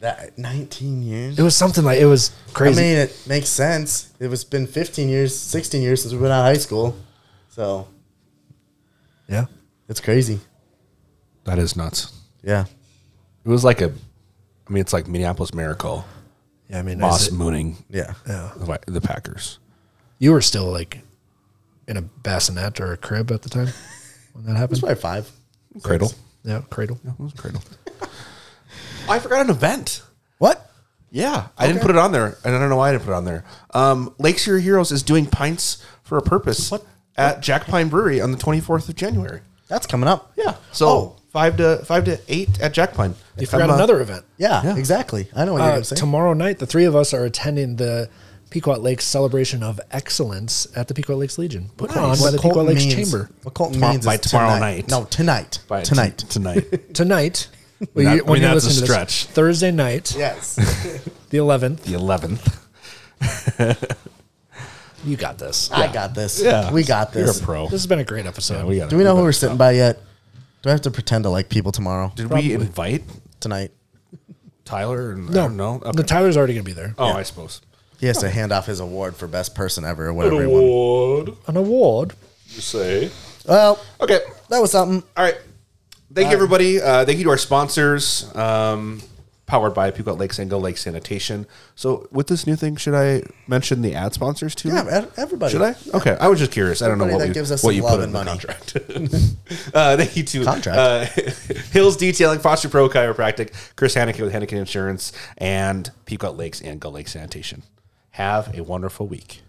that nineteen years. it was something like it was I crazy. mean, it makes sense. It was been fifteen years, sixteen years since we've been out of high school, so yeah, it's crazy. That is nuts. Yeah, It was like a, I mean, it's like Minneapolis Miracle, yeah. I mean, is Moss it- mooning yeah. the Vi- the Packers. you were still like in a bassinet or a crib at the time when that It's happened. probably five. Cradle. Yeah, cradle. It was Cradle. I forgot an event. What? Yeah, I didn't put it on there, and I don't know why I didn't put it on there. Um, Lakes Your Heroes is doing pints for a purpose at Jack Pine Brewery on the 24th of January. That's coming up. Yeah, so Oh. five to five to eight at Jack Pine. You forgot I'm, uh, another event. Yeah, Yeah. exactly. I know what you're Uh, gonna say. tomorrow night, the three of us are attending the Pequot Lakes Celebration of Excellence at the Pequot Lakes Legion, put on by the What Colton Pequot Lakes means- Chamber What Colton Tomorrow- means by is tomorrow tonight. night. No, tonight. by- tonight. tonight. tonight. Well, That- you- I when mean, you that's a listen to this, stretch. Thursday night, yes. the eleventh. the 11th. You got this. I got this. Yeah. We got You're a this. pro. This has been a great episode. Yeah, we got Do we know who we're sitting by yet? Do I have to pretend to like people tomorrow? Did we invite Tonight. Tyler? And, no, I don't know. Okay. No, Tyler's already gonna be there. oh, I suppose. He has to hand off his award for best person ever or whatever he won. An award. You say? Well, Okay. that was something. All right. Thank you, everybody. Uh, thank you to our sponsors, um, powered by Pequot Lakes and Go Lake Sanitation. So, with this new thing, should I mention the ad sponsors too? Yeah, e- everybody. Should I? Okay, I was just curious. I don't know Everybody that what we, gives us what some you love put in and the money. contract. uh, thank you to Contract. uh, Hills Detailing, Foster Pro Chiropractic, Chris Hannikin with Hannikin Insurance, and Pequot Lakes and Go Lake Sanitation. Have a wonderful week.